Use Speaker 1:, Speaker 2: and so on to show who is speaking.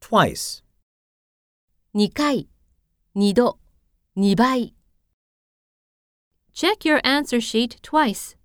Speaker 1: twice.
Speaker 2: 2回、2度、2倍。Check your answer sheet twice.